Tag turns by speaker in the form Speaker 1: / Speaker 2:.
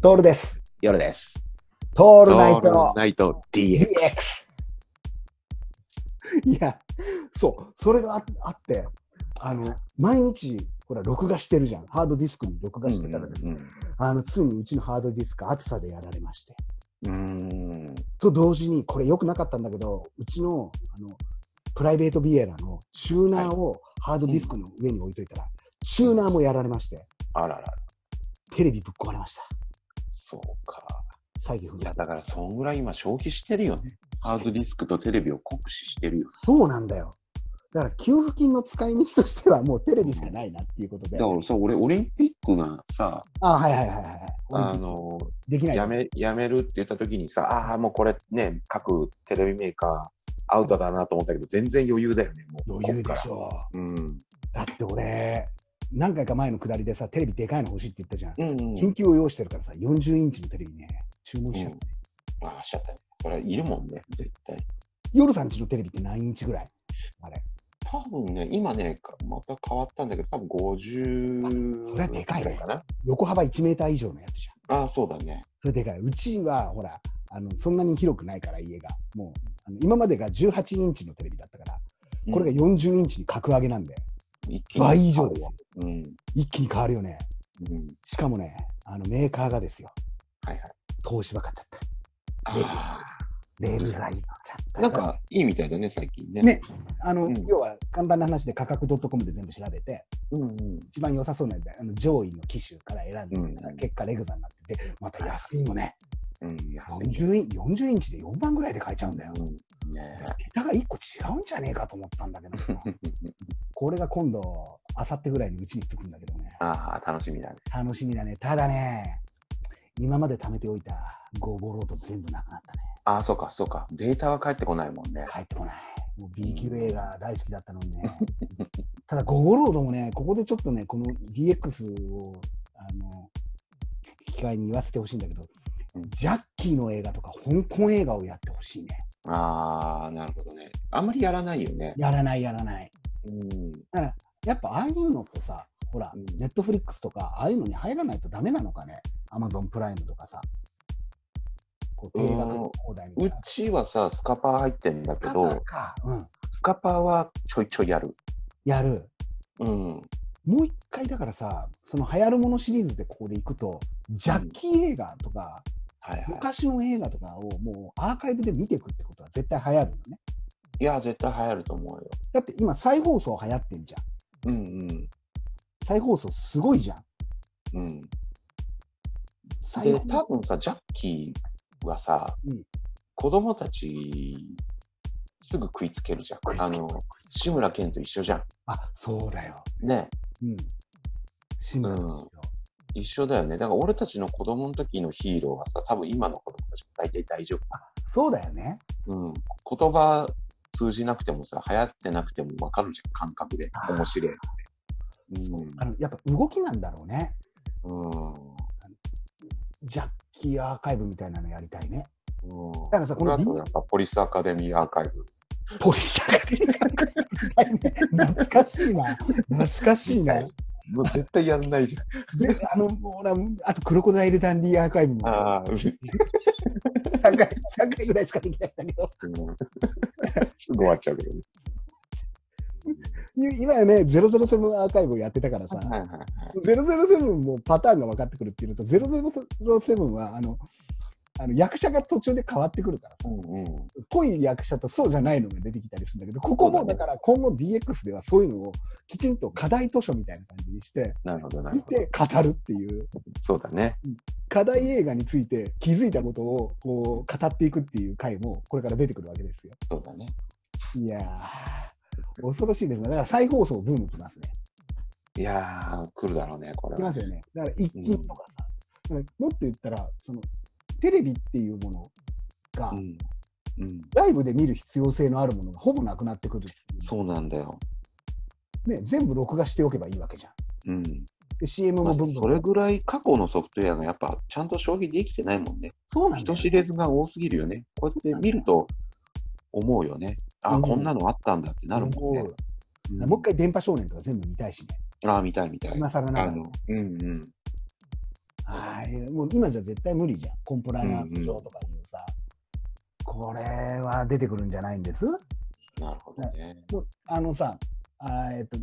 Speaker 1: トールです。
Speaker 2: 夜です。
Speaker 1: ト
Speaker 2: オ
Speaker 1: ールナイト
Speaker 2: ナイト DX。
Speaker 1: DX。いや、そう、それがああって、あの、毎日、ほら、録画してるじゃん。ハードディスクに録画してたらですね、あの、ついにうちのハードディスク、暑さでやられまして。
Speaker 2: うん。
Speaker 1: と同時に、これ良くなかったんだけど、うちの、あの、プライベートビエラのチューナーをハードディスクの上に置いといたら、チューナーもやられまして、
Speaker 2: あららら、
Speaker 1: テレビぶっ壊れました。
Speaker 2: そうか。
Speaker 1: 最近
Speaker 2: いや、だから、そんぐらい今、消費してるよね。ハードディスクとテレビを酷使してるよ。
Speaker 1: そうなんだよ。だから給付金の使い道としてはもうテレビしかないなっていうことで。
Speaker 2: だからさ、俺、オリンピックがさ、
Speaker 1: あはいはいはいはい。
Speaker 2: あの、
Speaker 1: できない。
Speaker 2: やめ、やめるって言った時にさ、ああ、もうこれね、各テレビメーカー、アウトだなと思ったけど、全然余裕だよね、もう。
Speaker 1: 余裕
Speaker 2: こ
Speaker 1: で
Speaker 2: っ
Speaker 1: し
Speaker 2: から。
Speaker 1: ょ
Speaker 2: うん。
Speaker 1: だって俺、何回か前のくだりでさ、テレビでかいの欲しいって言ったじゃん。
Speaker 2: うん、うん。
Speaker 1: 緊急を用意してるからさ、40インチのテレビね、注文しちゃう。
Speaker 2: ああ、しちゃったね。それ、いるもんね、絶対。
Speaker 1: 夜さんちのテレビって何インチぐらいあれ。
Speaker 2: 多分ね、今ね、かまた変わったんだけど、多分50
Speaker 1: それはでかいね
Speaker 2: ぐらかな。
Speaker 1: 横幅1メーター以上のやつじゃん。
Speaker 2: ああ、そうだね。
Speaker 1: それでかい。うちはほら、あのそんなに広くないから家が。もうあの今までが18インチのテレビだったから、これが
Speaker 2: うん
Speaker 1: 40インチに格上げなんで、
Speaker 2: 一気に
Speaker 1: 倍以上ですよ。
Speaker 2: うん。
Speaker 1: 一気に変わるよね。
Speaker 2: うん。
Speaker 1: しかもね、あのメーカーがですよ、
Speaker 2: はいはい。
Speaker 1: 東芝買っちゃった。
Speaker 2: あ
Speaker 1: レール材買っちゃった。
Speaker 2: あ、なんかいいみたいだね、最近ね。
Speaker 1: ねあの、
Speaker 2: うん
Speaker 1: 要は簡単な話で価格 .com で全部調べて、
Speaker 2: うんうん。
Speaker 1: 一番良さそうなやつあの上位の機種から選んで、
Speaker 2: うん
Speaker 1: 結果レグザになってて、また安いのね、
Speaker 2: うん、安い。
Speaker 1: 40イン ,40 インチで4万ぐらいで買えちゃうんだよ。
Speaker 2: うん。ね
Speaker 1: 桁が1個違うんじゃねえかと思ったんだけどさ、
Speaker 2: え。
Speaker 1: これが今度、あさってぐらいにうちに着くんだけどね、
Speaker 2: ああ、楽しみだね。
Speaker 1: 楽しみだね。ただね、今まで貯めておいたゴーゴーロード全部なくなったね。
Speaker 2: ああ、そうか、そうか。データは返ってこないもんね。
Speaker 1: 帰ってこない。もう B 級映画大好きだったのに ね。ただ、ゴゴロードもね、ここでちょっとね、この DX を、あの、機会に言わせてほしいんだけど
Speaker 2: うん、
Speaker 1: ジャッキーの映画とか、香港映画をやってほしいね。
Speaker 2: ああ、なるほどね。あんまりやらないよね。
Speaker 1: やらない、やらない。
Speaker 2: うん。
Speaker 1: だから、やっぱああいうのってさ、ほら
Speaker 2: うん、
Speaker 1: ネットフリックスとか、ああいうのに入らないとダメなのかね。アマゾンプライムとかさ。こう、定額の放題みたいうな。
Speaker 2: ちはさ、スカパー入ってんだけ
Speaker 1: カ
Speaker 2: ど、
Speaker 1: か。うん。
Speaker 2: スカパーはちょいちょいやる。
Speaker 1: やる。
Speaker 2: うん。
Speaker 1: もう一回だからさ、その流行るものシリーズでここで行くと、ジャッキー映画とか、
Speaker 2: はいは
Speaker 1: 昔の映画とかをもうアーカイブで見ていくってことは絶対流行るよね。
Speaker 2: い。いや、絶対流行ると思うよ。
Speaker 1: だって今再放送流行ってんじゃん。
Speaker 2: うん
Speaker 1: 再放送すごいじゃん。
Speaker 2: うん。うん。
Speaker 1: 再
Speaker 2: で
Speaker 1: 放、
Speaker 2: 多分さ、ジャッキーはさ、
Speaker 1: うん
Speaker 2: 子供たち、すぐ食いつけるじゃん。
Speaker 1: 食いつける
Speaker 2: あの、志村けんと一緒じゃ
Speaker 1: あ、そうだよ。
Speaker 2: ん。ね。
Speaker 1: うん。新聞よ。
Speaker 2: 一緒だよね。だから俺たちの子供の時のヒーローはさ、多分今の子供たちも大体大丈
Speaker 1: そうだよね。
Speaker 2: 夫。うん。言葉通じなくてもさ、流行ってなくても分かるじゃん。感覚で
Speaker 1: あ。ー
Speaker 2: 面白いって。
Speaker 1: あのやっぱ動きなんだろうね。
Speaker 2: うん。
Speaker 1: ジャッキーアーカイブみたいなのやりたい ね。
Speaker 2: うん。だ
Speaker 1: からさこの
Speaker 2: あとやっぱポリスアカデミーアーカイブ。
Speaker 1: ポリスアカデミーアーカイブみたいね。懐かしいな。懐かしいな。
Speaker 2: もう絶対やんないじ
Speaker 1: で、あの、もうな、あと、クロコダイルダンディーアーカイブも
Speaker 2: ゃん。ああ、 うん
Speaker 1: 3回、三回ぐらいしかできないんだけど、
Speaker 2: すぐ終わっちゃうけどね。
Speaker 1: い今はね、007アーカイブをやってたからさ、
Speaker 2: はいはいはい。
Speaker 1: 007もパターンが分かってくるっていうのと、007は、あの、あの役者が途中で変わってくるからさ、
Speaker 2: うんうん。
Speaker 1: 濃い役者とそうじゃないのが出てきたりするんだけど、ここもだから今後 DX ではそういうのをきちんと課題図書みたいな感じにして、
Speaker 2: なるほど、なる
Speaker 1: 見
Speaker 2: ほど。
Speaker 1: て語るっていう、
Speaker 2: そうだね。
Speaker 1: 課題映画について気づいたことをこう語っていくっていう回もこれから出てくるわけですよ。
Speaker 2: そうだね。
Speaker 1: いやー、恐ろしいですね。だから再放送ブームきますね。
Speaker 2: いやー、来るだろうね、これ
Speaker 1: きま
Speaker 2: は。
Speaker 1: すよね。だから一気とかさ、だからもっと言ったら、そのテレビっていうものが、
Speaker 2: うん。うん。
Speaker 1: ライブで見る必要性のあるものがほぼなくなってくるっていう
Speaker 2: そうなんだよ。
Speaker 1: ね、全部録画しておけばいいわけじゃん。
Speaker 2: うん。
Speaker 1: で CM
Speaker 2: ま
Speaker 1: も
Speaker 2: あ、
Speaker 1: ブン
Speaker 2: そ
Speaker 1: ブン。
Speaker 2: れぐらい過去のソフトウェアがやっぱちゃんと消費できてないもんね。
Speaker 1: そうなんだ
Speaker 2: 人
Speaker 1: よ
Speaker 2: 知れずが多すぎるよね。こうやって見ると思うよね。あ
Speaker 1: う
Speaker 2: ー、
Speaker 1: ん
Speaker 2: こんなのあったんだってなるもんね
Speaker 1: 思う。もう一回、電波少年とか全部見たいしね。
Speaker 2: 回。ああ、見たい見たい。
Speaker 1: 今更な
Speaker 2: あ
Speaker 1: がら。
Speaker 2: の、うんうん。
Speaker 1: あれもう今じゃ絶対無理じゃん。コンプライアンス上とかいうさ、これは出てくるんじゃないんです
Speaker 2: なるほどね。
Speaker 1: もうあのさ、あーえっと、